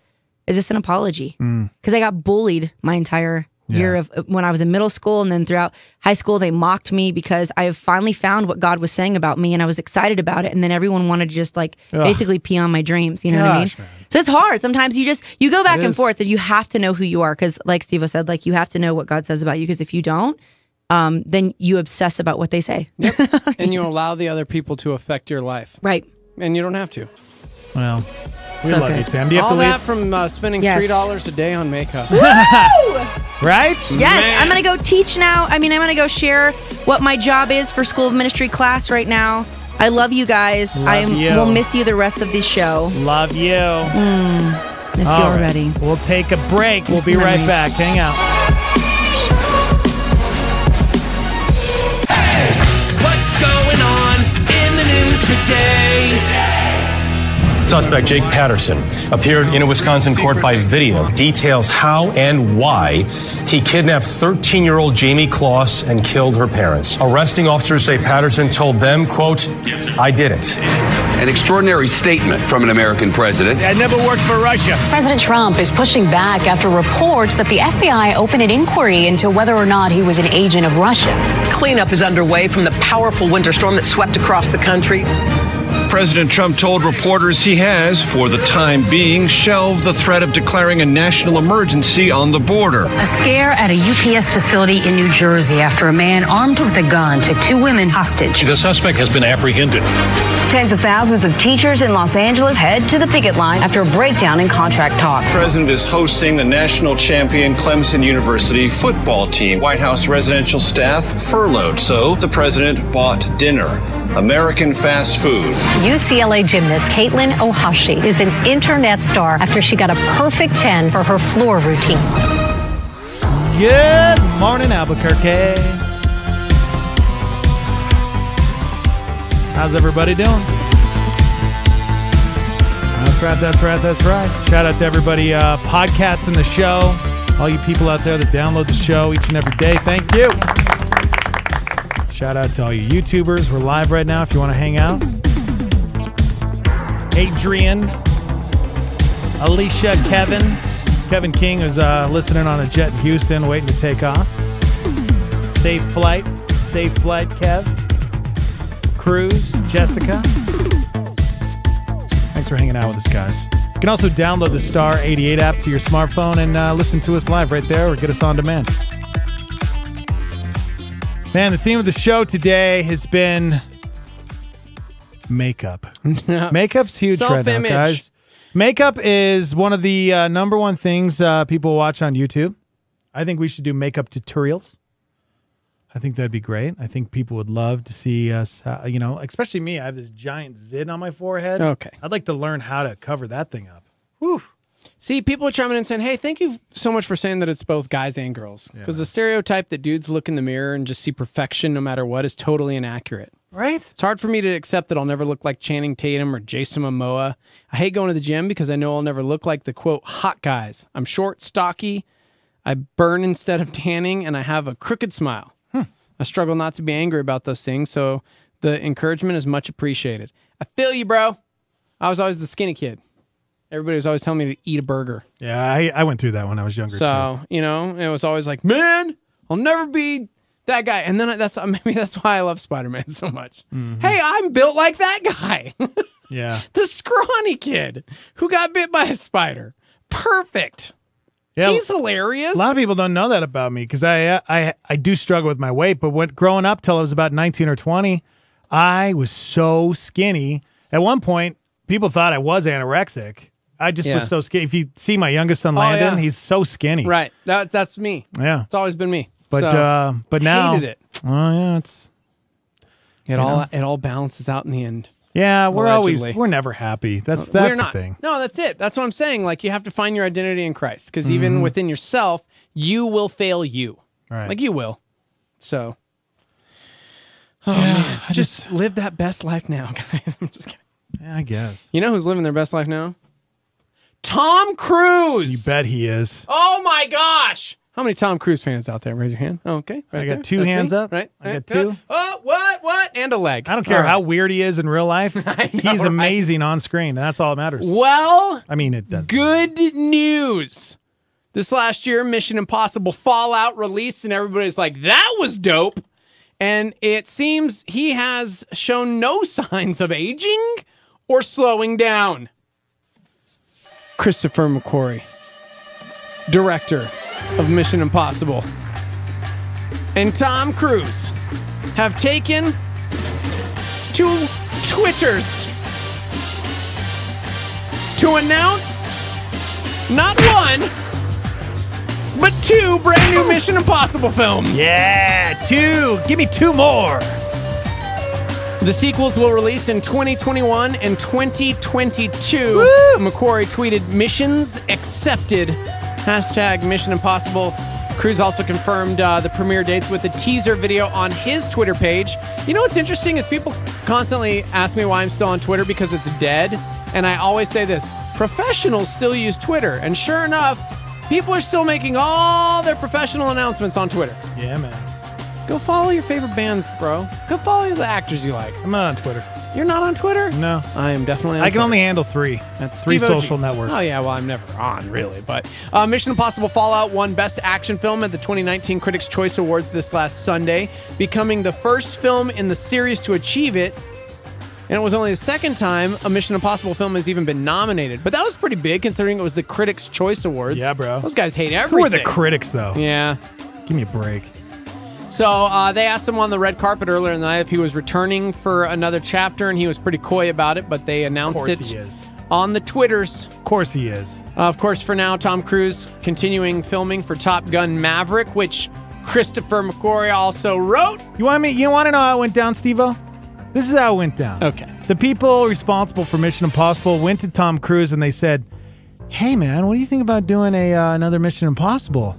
C: "Is this an apology?"
B: Mm.
C: Because I got bullied my entire year of uh, when I was in middle school, and then throughout high school, they mocked me because I have finally found what God was saying about me, and I was excited about it, and then everyone wanted to just like basically pee on my dreams. You know what I mean?
B: Gosh, man.
C: So it's hard. Sometimes you just you go back and
B: is.
C: forth, and you have to know who you are because, like Steve said, like you have to know what God says about you because if you don't um, then you obsess about what they say.
A: and you allow the other people to affect your life,
C: Right.
A: and you don't have to.
B: Well, we
C: So
B: love
C: good.
B: you, Tim. Do you have
A: All
B: to
A: that
B: leave?
A: from uh, spending
C: Yes.
A: three dollars a day on makeup.
B: Right?
C: Yes,
A: Man.
C: I'm going to go teach now. I mean, I'm going to go share what my job is for School of Ministry class right now. I love you guys. I
B: you.
C: will miss you the rest of the show.
B: Love you.
C: Miss you
B: All right.
C: already.
B: We'll take a break. we'll be right
C: memories.
B: back. Hang out.
D: What's going on in the news today? Suspect Jake Patterson appeared in a Wisconsin court by video, details how and why he kidnapped 13 year old Jamie Kloss and killed her parents. Arresting officers say Patterson told them, quote, I did it.
E: An extraordinary statement from an American president.
B: I never worked for Russia.
F: President Trump is pushing back after reports that the FBI opened an inquiry into whether or not he was an agent of Russia.
G: Cleanup is underway from the powerful winter storm that swept across the country.
H: President Trump told reporters he has, for the time being, shelved the threat of declaring a national emergency on the border.
I: A scare at a UPS facility in New Jersey after a man armed with a gun took two women hostage.
D: The suspect has been apprehended.
I: Tens of thousands of teachers in Los Angeles head to the picket line after a breakdown in contract talks.
H: President is hosting the national champion Clemson University football team. White House residential staff furloughed, so the president bought dinner. American fast food.
F: UCLA gymnast Caitlin Ohashi is an internet star after she got a perfect 10 for her floor routine.
B: Good morning, Albuquerque. How's everybody doing? That's right, that's right, that's right. Shout out to everybody uh, podcasting the show. All you people out there that download the show each and every day, thank you. Shout out to all you YouTubers. We're live right now if you want to hang out. Adrian, Alicia, Kevin. Kevin King is uh, listening on a jet in Houston, waiting to take off. Safe flight. Safe flight, Kev. Cruz, Jessica. Thanks for hanging out with us, guys. You can also download the Star 88 app to your smartphone and uh, listen to us live right there or get us on demand. Man, the theme of the show today has been makeup. Makeup's huge right now,
A: Self-image.
B: guys. Makeup is one of the uh, number one things uh, people watch on YouTube. I think we should do makeup tutorials. I think that'd be great. I think people would love to see us, uh, you know, especially me. I have this giant zit on my forehead.
A: Okay.
B: I'd like to learn how to cover that thing up.
A: See, people are chiming in saying, "Hey, thank you so much for saying that it's both guys and girls." Because the stereotype that dudes look in the mirror and just see perfection no matter what is totally inaccurate.
B: Right?
A: It's hard for me to accept that I'll never look like Channing Tatum or Jason Momoa. I hate going to the gym because I know I'll never look like the quote hot guys. I'm short, stocky, I burn instead of tanning, and I have a crooked smile. I struggle not to be angry about those things, so the encouragement is much appreciated. I feel you, bro. I was always the skinny kid. Everybody was always telling me to eat a burger.
B: Yeah, I, I went through that when I was younger too.
A: So you know, it was always like, man, I'll never be that guy. And then I- that's (laughs) maybe that's why I love Spider Man so much.
B: Mm-hmm.
A: Hey, I'm built like that guy, (laughs)
B: Yeah.
A: the scrawny kid who got bit by a spider. Perfect.
B: Yeah.
A: He's hilarious.
B: a lot of people don't know that about me because I, uh, I I do struggle with my weight. But when growing up till I was about nineteen or twenty, I was so skinny. At one point, people thought I was anorexic. I just
A: Yeah. Oh,
B: was so skinny. If you see my youngest son Landon,
A: yeah.
B: he's so skinny.
A: right. That, that's me.
B: Yeah.
A: It's always been me.
B: But
A: So,
B: uh, but now
A: hated it.
B: Oh yeah, it's
A: It all it all balances out in the end.
B: yeah. We're always
A: Allegedly.
B: we're never happy. That's that's
A: We're
B: the
A: not.
B: thing.
A: No, that's it. That's what I'm saying. Like you have to find your identity in Christ because even within yourself, you will fail you.
B: Mm-hmm. Right.
A: Like you will. So
B: I just,
A: just live that best
B: (laughs)
A: life now, guys. I'm just kidding.
B: yeah, I guess
A: You know who's living their best life now? Tom Cruise.
B: you bet he is.
A: Oh my gosh. How many Tom Cruise fans out there? Raise your hand. Oh, okay. Right
B: I got
A: there.
B: two hands up.
A: Right.
B: I got
A: right,
B: two.
A: Oh, what? What? And a leg.
B: I don't care
A: All
B: how
A: right.
B: weird he is in real
A: (laughs)
B: life. he's amazing on screen, and that's all that matters.
A: Well,
B: I mean, it does.
A: good news. This last year, Mission Impossible Fallout released, and everybody's like, that was dope. And it seems he has shown no (laughs) signs of aging or slowing down. Christopher McQuarrie, director of Mission Impossible, and Tom Cruise have taken to Twitters to announce not one, but two brand new Mission Impossible films.
B: Yeah, two. Give me two more.
A: The sequels will release in 2021 and 2022. McQuarrie tweeted, Missions accepted. Hashtag Mission Impossible. Cruz also confirmed uh, the premiere dates with a teaser video on his Twitter page. You know what's interesting is people constantly ask me why I'm still on Twitter because it's dead. And I always say this professionals still use Twitter. And sure enough, people are still making all their professional announcements on Twitter.
B: Yeah, man.
A: Go follow your favorite bands, bro. Go follow the actors you like.
B: I'm not on Twitter.
A: You're not on Twitter?
B: No.
A: I am definitely on
B: I can
A: Twitter.
B: only handle three.
A: That's
B: three
A: Steve
B: social
A: Og's.
B: networks.
A: Oh yeah, well I'm never on really, but uh, Mission Impossible Fallout won Best Action Film at the 2019 Critics' Choice Awards this last Sunday, becoming the first film in the series to achieve it. And it was only the second time a Mission Impossible film has even been nominated. But that was pretty big considering it was the Critics' Choice Awards.
B: Yeah, bro.
A: Those guys hate
B: Who
A: everything.
B: are the critics though?
A: Yeah.
B: Give me a break.
A: So uh, they asked him on the red carpet earlier in the night if he was returning for another chapter, and he was pretty coy about it. But they announced
B: course
A: it
B: he is.
A: on the Twitters.
B: Of course he is.
A: Uh, of course, for now, Tom Cruise continuing filming for Top Gun Maverick, which Christopher McQuarrie also wrote.
B: You want me? You want to know how it went down, Steve-O? This is how it went down.
A: Okay.
B: The people responsible for Mission Impossible went to Tom Cruise and they said, "Hey, man, what do you think about doing a uh, another Mission Impossible?"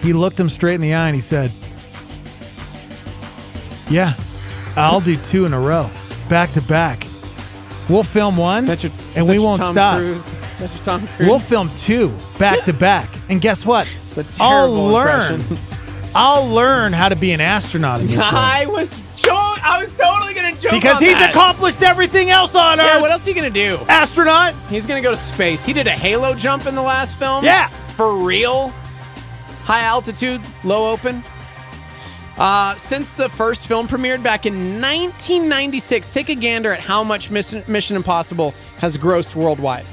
B: He looked him straight in the eye and he said, "Yeah, I'll do two in a row, back to back. We'll film one,
A: Is that your,
B: and we
A: is that your
B: won't
A: Tom
B: stop.
A: Cruise? Is that your Tom Cruise?
B: We'll film two back to back, and guess what?
A: It's a
B: I'll
A: terrible
B: learn.
A: impression.
B: I'll learn how to be an astronaut
A: (laughs)
B: in this one."
A: I was jo- I was totally gonna joke
B: Because
A: on
B: he's
A: that.
B: accomplished everything else on Earth.
A: Yeah, what else are you gonna do?
B: Astronaut?
A: He's gonna go to space. He did a halo jump in the last film.
B: Yeah.
A: For real? High altitude, low open. Uh, since the first film premiered back in 1996, take a gander at how much Mission, Mission Impossible has grossed worldwide.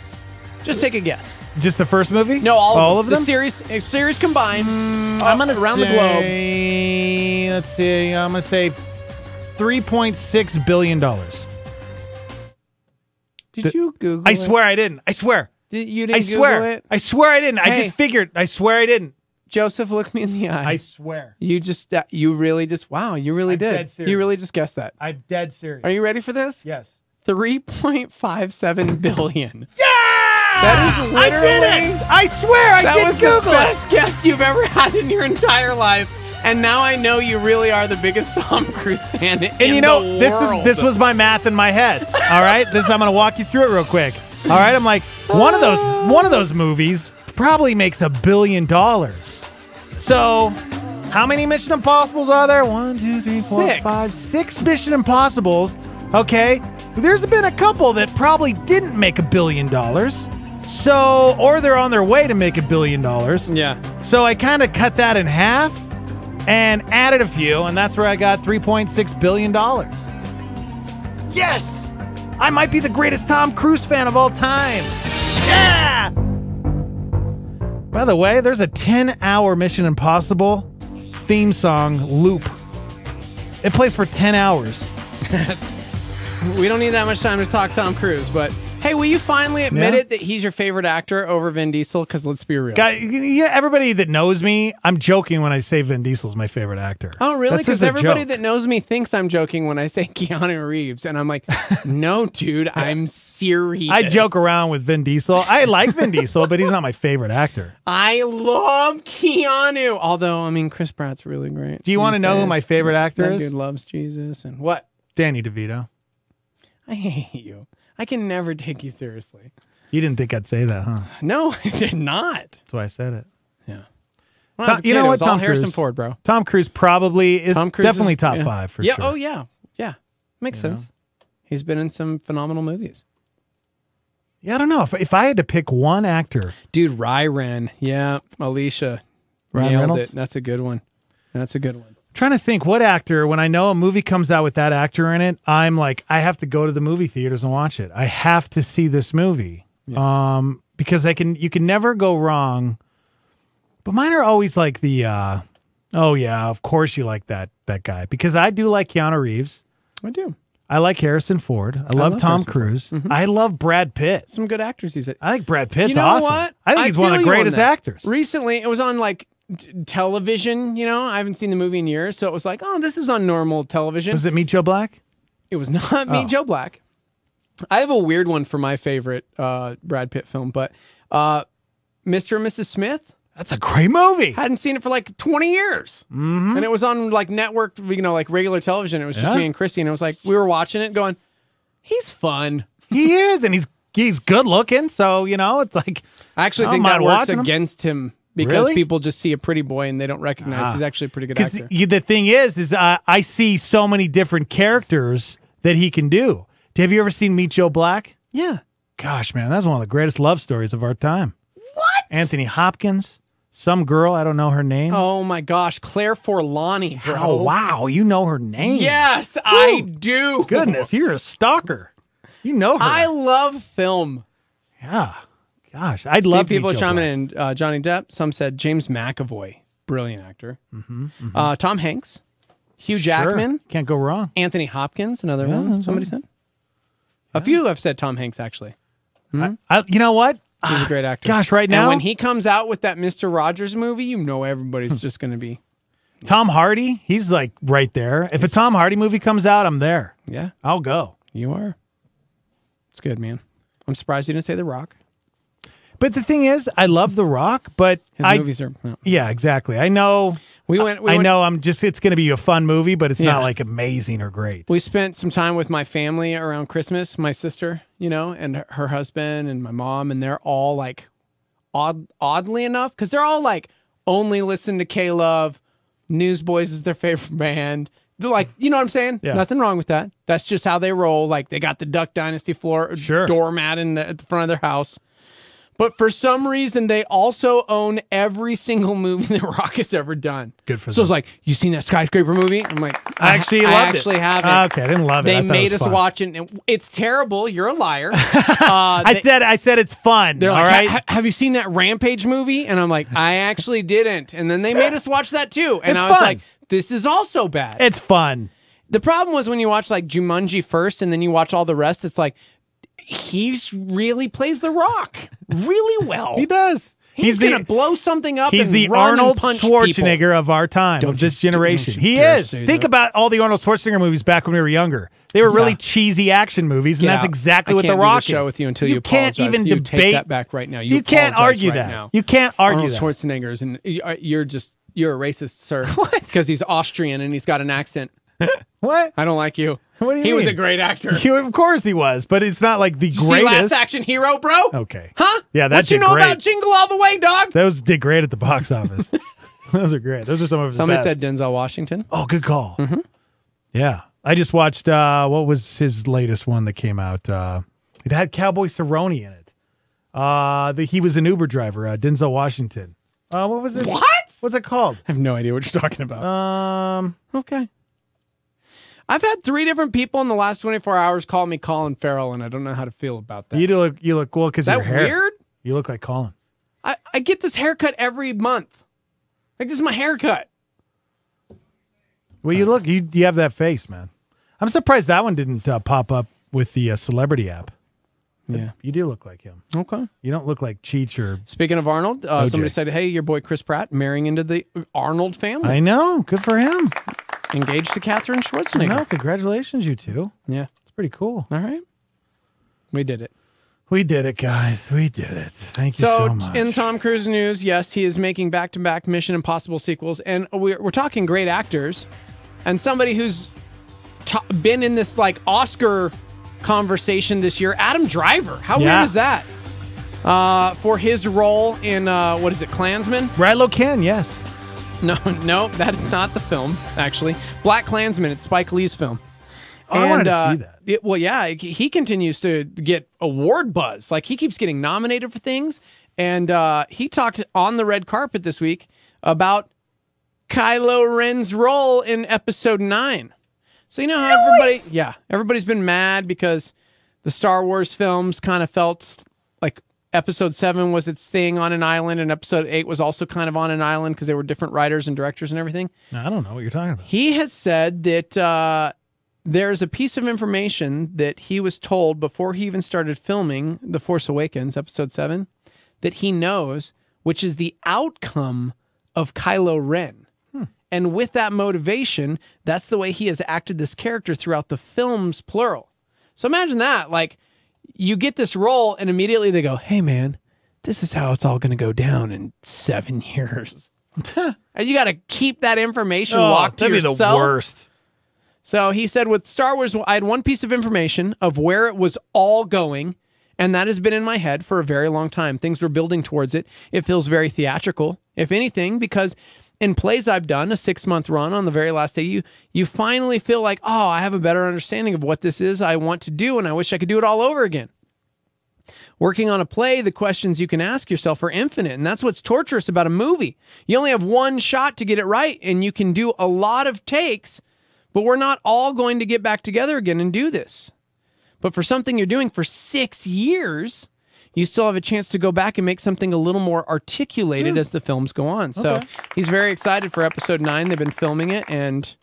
A: Just take a guess.
B: Just the first movie?
A: No, all, Mm,
B: of
A: the
B: them.
A: series uh, series combined. uh,
B: I'm gonna
A: around the
B: say- Let's see. I'm gonna say three point six billion dollars.
A: Did you Google?
B: I
A: it?
B: swear I didn't. I swear.
A: Did- you didn't
B: I swear.
A: Google it.
B: I swear I didn't. I
A: Hey.
B: just figured. I swear I
A: (laughs)
B: didn't.
A: Joseph, look me in the eye.
B: I swear.
A: you just that, you really just wow. You really
B: I'm
A: did.
B: dead serious.
A: You really just guessed that.
B: I'm dead serious.
A: Are you ready for this?
B: Yes.
A: 3.57 billion.
B: That
A: is
B: I did
A: literally-
B: it. I swear. I
A: that
B: did
A: was
B: Google
A: the
B: it.
A: best guess you've ever had in your entire life. And now I know you really are the biggest Tom Cruise fan in
B: and you know
A: the
B: this is
A: world.
B: this was my math in my head all right this i'm gonna walk you through it real quick all right i'm like one of those one of those movies probably makes a billion dollars so how many mission impossibles are there one two three four
A: Six.
B: five six mission impossibles okay there's been a couple that probably didn't make a billion dollars so or they're on their way to make a billion dollars
A: yeah.
B: so I kind of cut that in half and added a few, and that's where I got $3.6 billion. Yes! I might be the greatest Tom Cruise fan of all time. Yeah! By the way, there's a 10 hour Mission Impossible theme song loop. It plays for 10 hours.
A: That's we don't need that much time to talk Tom Cruise, but hey, will you finally admit
B: Yeah.
A: it that he's your favorite actor over Vin Diesel? Because let's be real.
B: Guy, yeah, everybody that knows me, I'm joking when I say Vin Diesel's my favorite actor.
A: Oh, really?
B: That's just
A: Because
B: a
A: everybody
B: joke.
A: that knows me thinks I'm joking when I say (laughs) Keanu Reeves, and I'm like,
B: (laughs)
A: no, dude, I'm serious.
B: I joke around with Vin Diesel. I like Vin Diesel, but he's not my favorite actor.
A: I love Keanu. Although, I mean, Chris Pratt's really great.
B: Do you want to
A: these
B: know who
A: days.
B: my favorite actor
A: That
B: is?
A: dude loves Jesus and what?
B: Danny DeVito.
A: I hate you. I can never take you seriously.
B: You didn't think I'd say that, huh?
A: No, (laughs) I did not.
B: That's why I said it.
A: When I was a
B: Tom- you
A: kid,
B: know
A: it
B: what,
A: was all
B: Tom
A: Harrison
B: Cruise?
A: Ford, bro.
B: Tom Cruise probably is
A: Tom Cruise is-
B: definitely top
A: yeah.
B: five for
A: yeah.
B: sure.
A: Oh yeah. Yeah. Makes sense. He's been in some phenomenal movies.
B: Yeah, I don't know if, if I had to pick one actor.
A: Dude, Ryren. Yeah. Alicia.
B: Ryan
A: nailed
B: Reynolds?
A: it. That's a good one. That's a good one.
B: I'm trying to think what actor. When I know a movie comes out with that actor in it, I'm like, I have to go to the movie theaters and watch it. I have to see this movie. Um, because I can, you can never go wrong. But mine are always like the, uh, oh yeah, of course you like that that guy because I do like Keanu Reeves.
A: I do.
B: I like Harrison Ford. I love,
A: love
B: Tom
A: Harrison Ford.
B: Cruise. I love Brad Pitt.
A: Some good actors he's at.
B: I think Brad Pitt's
A: you know
B: awesome.
A: what?
B: I think he's one of the
A: feel you on
B: greatest
A: that.
B: actors.
A: Recently, it was on like t- television. You know, I haven't seen the movie in years, so it was like, oh, this is on normal television.
B: Was it Oh. Meet Joe Black?
A: It was not (laughs) me, Joe Black. I have a weird one for my favorite uh, Brad Pitt film, but uh, Mr. and Mrs. Smith
B: That's a great movie.
A: hadn't seen it for like 20 years. Mm-hmm. And it was on like network, you know, like regular television. It was just
B: Yeah.
A: me and Christy, and it was like, we were watching it going, he's fun.
B: he is, and he's he's good looking. So you know, it's like
A: I actually
B: don't
A: think that
B: mind
A: works
B: Oh, watching him.
A: against him because
B: Really?
A: people just see a pretty boy and they don't recognize he's actually a pretty good
B: because
A: actor.
B: the thing is, is uh, I see so many different characters that he can do. Have you ever seen Meet Joe Black?
A: yeah.
B: Gosh, man, that's one of the greatest love stories of our time. What? Anthony Hopkins, some girl I don't know her name.
A: Oh my gosh, Claire Forlani, bro.
B: Oh, wow, you know her name?
A: Yes, I do.
B: Goodness, you're a stalker. You know her?
A: I love film.
B: yeah. Gosh, I'd love
A: See people
B: Meet Joe Black.
A: chiming in. Uh, Johnny Depp. Some said James McAvoy, brilliant actor. Uh, Tom Hanks, Hugh Jackman,
B: Mm-hmm, Sure. Can't go wrong.
A: Anthony Hopkins. Another one. Somebody said. A few have said Tom Hanks. Actually,
B: I, you know what?
A: he's a great actor.
B: Ah, Gosh, right now Hmm.
A: and when he comes out with that Mister Rogers movie, you know everybody's just going to be
B: Tom Hardy, he's like right there. If a Tom Hardy movie comes out, I'm there.
A: yeah.
B: I'll go.
A: You are. It's good, man. I'm surprised you didn't say The Rock.
B: But the thing is, I love The Rock, but
A: His
B: I
A: movies are. no.
B: yeah, exactly. I know.
A: We went. We
B: I
A: went-
B: know. I'm just. It's going to be a fun movie, but it's
A: Yeah.
B: not like amazing or great.
A: We spent some time with my family around Christmas, my sister, you know, and her- her husband and my mom, and they're all like, odd, oddly enough, because they're all like, only listen to K Love, Newsboys is their favorite (laughs) band. They're like, you know what I'm saying?
B: Yeah.
A: Nothing wrong with that. That's just how they roll. Like they got the Duck Dynasty floor
B: Sure.
A: doormat in the, at the front of their house. But for some reason, they also own every single movie (laughs) that Rock has ever done.
B: Good for
A: so
B: them.
A: it's like, you seen that skyscraper movie? I'm like,
B: I actually
A: I
B: loved it. Ah,
A: actually haven't.
B: Okay, I didn't love it. I
A: They
B: thought it
A: made
B: was
A: us
B: fun.
A: watch it. And it's terrible. You're
B: (laughs)
A: a liar. Uh,
B: I said. I said it's fun. All
A: they're
B: right.
A: like, "Ha- ha- have you seen that Rampage movie? And I'm like, I actually didn't. And then they made us watch that too. And
B: It's
A: I was
B: fun.
A: like, this is also bad.
B: it's fun.
A: the problem was when you watch like Jumanji first and then you watch all the rest, it's like, he really plays The Rock really well.
B: He does.
A: He's, gonna blow something up.
B: He's
A: and
B: the
A: run and
B: Arnold
A: punch
B: Schwarzenegger
A: people.
B: of our time,
A: Don't
B: of this
A: you- don't
B: generation.
A: you
B: He
A: dare
B: is.
A: say
B: Think
A: that.
B: about all the Arnold Schwarzenegger movies back when we were younger. They were really
A: Yeah.
B: cheesy action movies, and
A: Get
B: that's
A: out.
B: exactly
A: I
B: what
A: can't
B: the
A: do the
B: Rock
A: show
B: is.
A: with you until you
B: can't
A: apologize.
B: even
A: You take
B: debate
A: that back right now. You
B: can't
A: apologize
B: argue
A: right
B: that.
A: now.
B: You can't argue
A: Arnold
B: that.
A: Schwarzenegger's and y- uh, you're just you're a
B: (laughs)
A: racist, sir. Because he's Austrian and he's got an accent.
B: what? (laughs)
A: I don't like you.
B: What do you
A: he was
B: mean?
A: a
B: (laughs)
A: great actor.
B: He- of course he was, but it's not like the
A: See
B: greatest.
A: Last Action Hero, bro.
B: Okay.
A: Huh?
B: Yeah, that
A: What you
B: did
A: know
B: great.
A: about Jingle All the Way, dog?
B: Those did great at the box office. (laughs) Those are great. Those are some of his
A: Somebody
B: best.
A: said Denzel Washington.
B: Oh, good call.
A: Mm-hmm.
B: Yeah. I just watched uh what was his latest one that came out? Uh it had Cowboy Cerrone in it. Uh the, he was an Uber driver, uh, Denzel Washington. Uh what was it?
A: What?
B: What's it called?
A: I have no idea what you're talking about.
B: Um
A: okay. I've had three different people in the last 24 hours call me Colin Farrell, and I don't know how to feel about that.
B: you do look you look well because
A: Is that
B: your hair.
A: weird?
B: You look like Colin.
A: I, I get this haircut every month. Like this is my haircut. Uh.
B: Well, you look you you have that face, man. I'm surprised that one didn't uh, pop up with the uh, celebrity app.
A: Yeah.
B: You do look like him.
A: Okay.
B: You don't look like Cheech or
A: Speaking of Arnold, uh,
B: OJ.
A: somebody said, "Hey, your boy Chris Pratt marrying into the Arnold family,
B: I know. Good for him.
A: engaged to Katherine Schwarzenegger."
B: No, congratulations, you two.
A: Yeah.
B: It's pretty cool.
A: All right. We did it.
B: We did it, guys. We did it. Thank you so,
A: So,
B: much.
A: in Tom Cruise news, yes, he is making back-to-back Mission Impossible sequels, and we're, we're talking great actors, and somebody who's to- been in this like Oscar conversation this year, Adam Driver. How
B: Yeah.
A: weird is that? Uh, for his role in uh, what is it, Klansman? (laughs)
B: Rilo Ken, yes.
A: No, no, that's not the film. Actually, Black Klansman. It's Spike Lee's film.
B: Oh, I wanted to see that.
A: uh, it- well, yeah, he he continues to get award buzz. Like he keeps getting nominated for things, and uh, he talked on the red carpet this week about Kylo Ren's role in Episode Nine. So you know how everybody, yeah, everybody's been mad because the Star Wars films kind of felt like episode seven was its thing on an island, and episode eight was also kind of on an island because they were different writers and directors and everything.
B: No, I don't know what you're talking about.
A: He has said that uh, there's a piece of information that he was told before he even started filming The Force Awakens, episode seven, that he knows, which is the outcome of Kylo Ren.
B: Hmm.
A: And with that motivation, that's the way he has acted this character throughout the films, plural. So imagine that. Like, you get this role, and immediately they go, hey, man, this is how it's all going to go down in
B: (laughs)
A: seven (laughs) years. and you got to keep that information locked to
B: Oh, that'd be
A: yourself.
B: the worst.
A: So he said, with Star Wars, I had one piece of information of where it was all going, and that has been in my head for a very long time. Things were building towards it. It feels very theatrical, if anything, because in plays I've done, a six month run on the very last day, you you finally feel like, oh, I have a better understanding of what this is I want to do, and I wish I could do it all over again. Working on a play, the questions you can ask yourself are infinite, and that's what's torturous about a movie. You only have one shot to get it right, and you can do a lot of takes, but we're not all going to get back together again and do this. But for something you're doing for six years, you still have a chance to go back and make something a little more
B: Hmm.
A: articulated as the films go on. So he's very excited for episode nine. They've been filming it, and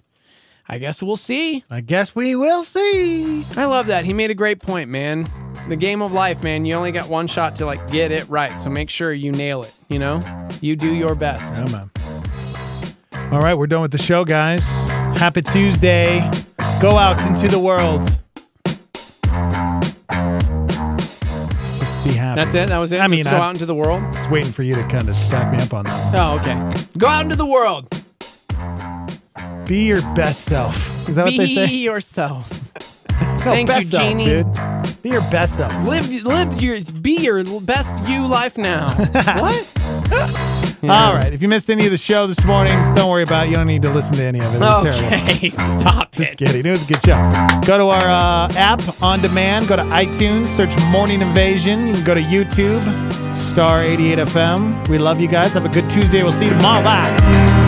A: I guess we'll see.
B: I guess we will see.
A: I love that. He made a great point, man. The game of life, man. You only got one shot to like get it right. So make sure you nail it, you know? You do your best.
B: Come on. All right, we're done with the show, guys. Happy Tuesday. Go out into the world. Just be happy.
A: That's it. That was it.
B: I mean,
A: Just go
B: I-
A: out into the world.
B: I was waiting for you to kind of back me up on that.
A: Oh, okay. Go out into the world.
B: Be your best self. Is that
A: Be
B: what they
A: (laughs)
B: say?
A: yourself.
B: No,
A: thank
B: best
A: you,
B: self,
A: Jeannie.
B: dude. Be your best self.
A: Live live your be your best you
B: (laughs)
A: life now. what?
B: All right. If you missed any of the show this morning, don't worry about it. You don't need to listen to any of it. It was terrible.
A: Okay, stop
B: Just
A: it.
B: kidding. It was a good show. Go to our uh, app on demand. Go to iTunes. Search Morning Invasion. You can go to YouTube, Star 88 FM. We love you guys. Have a good Tuesday. We'll see you tomorrow. Bye.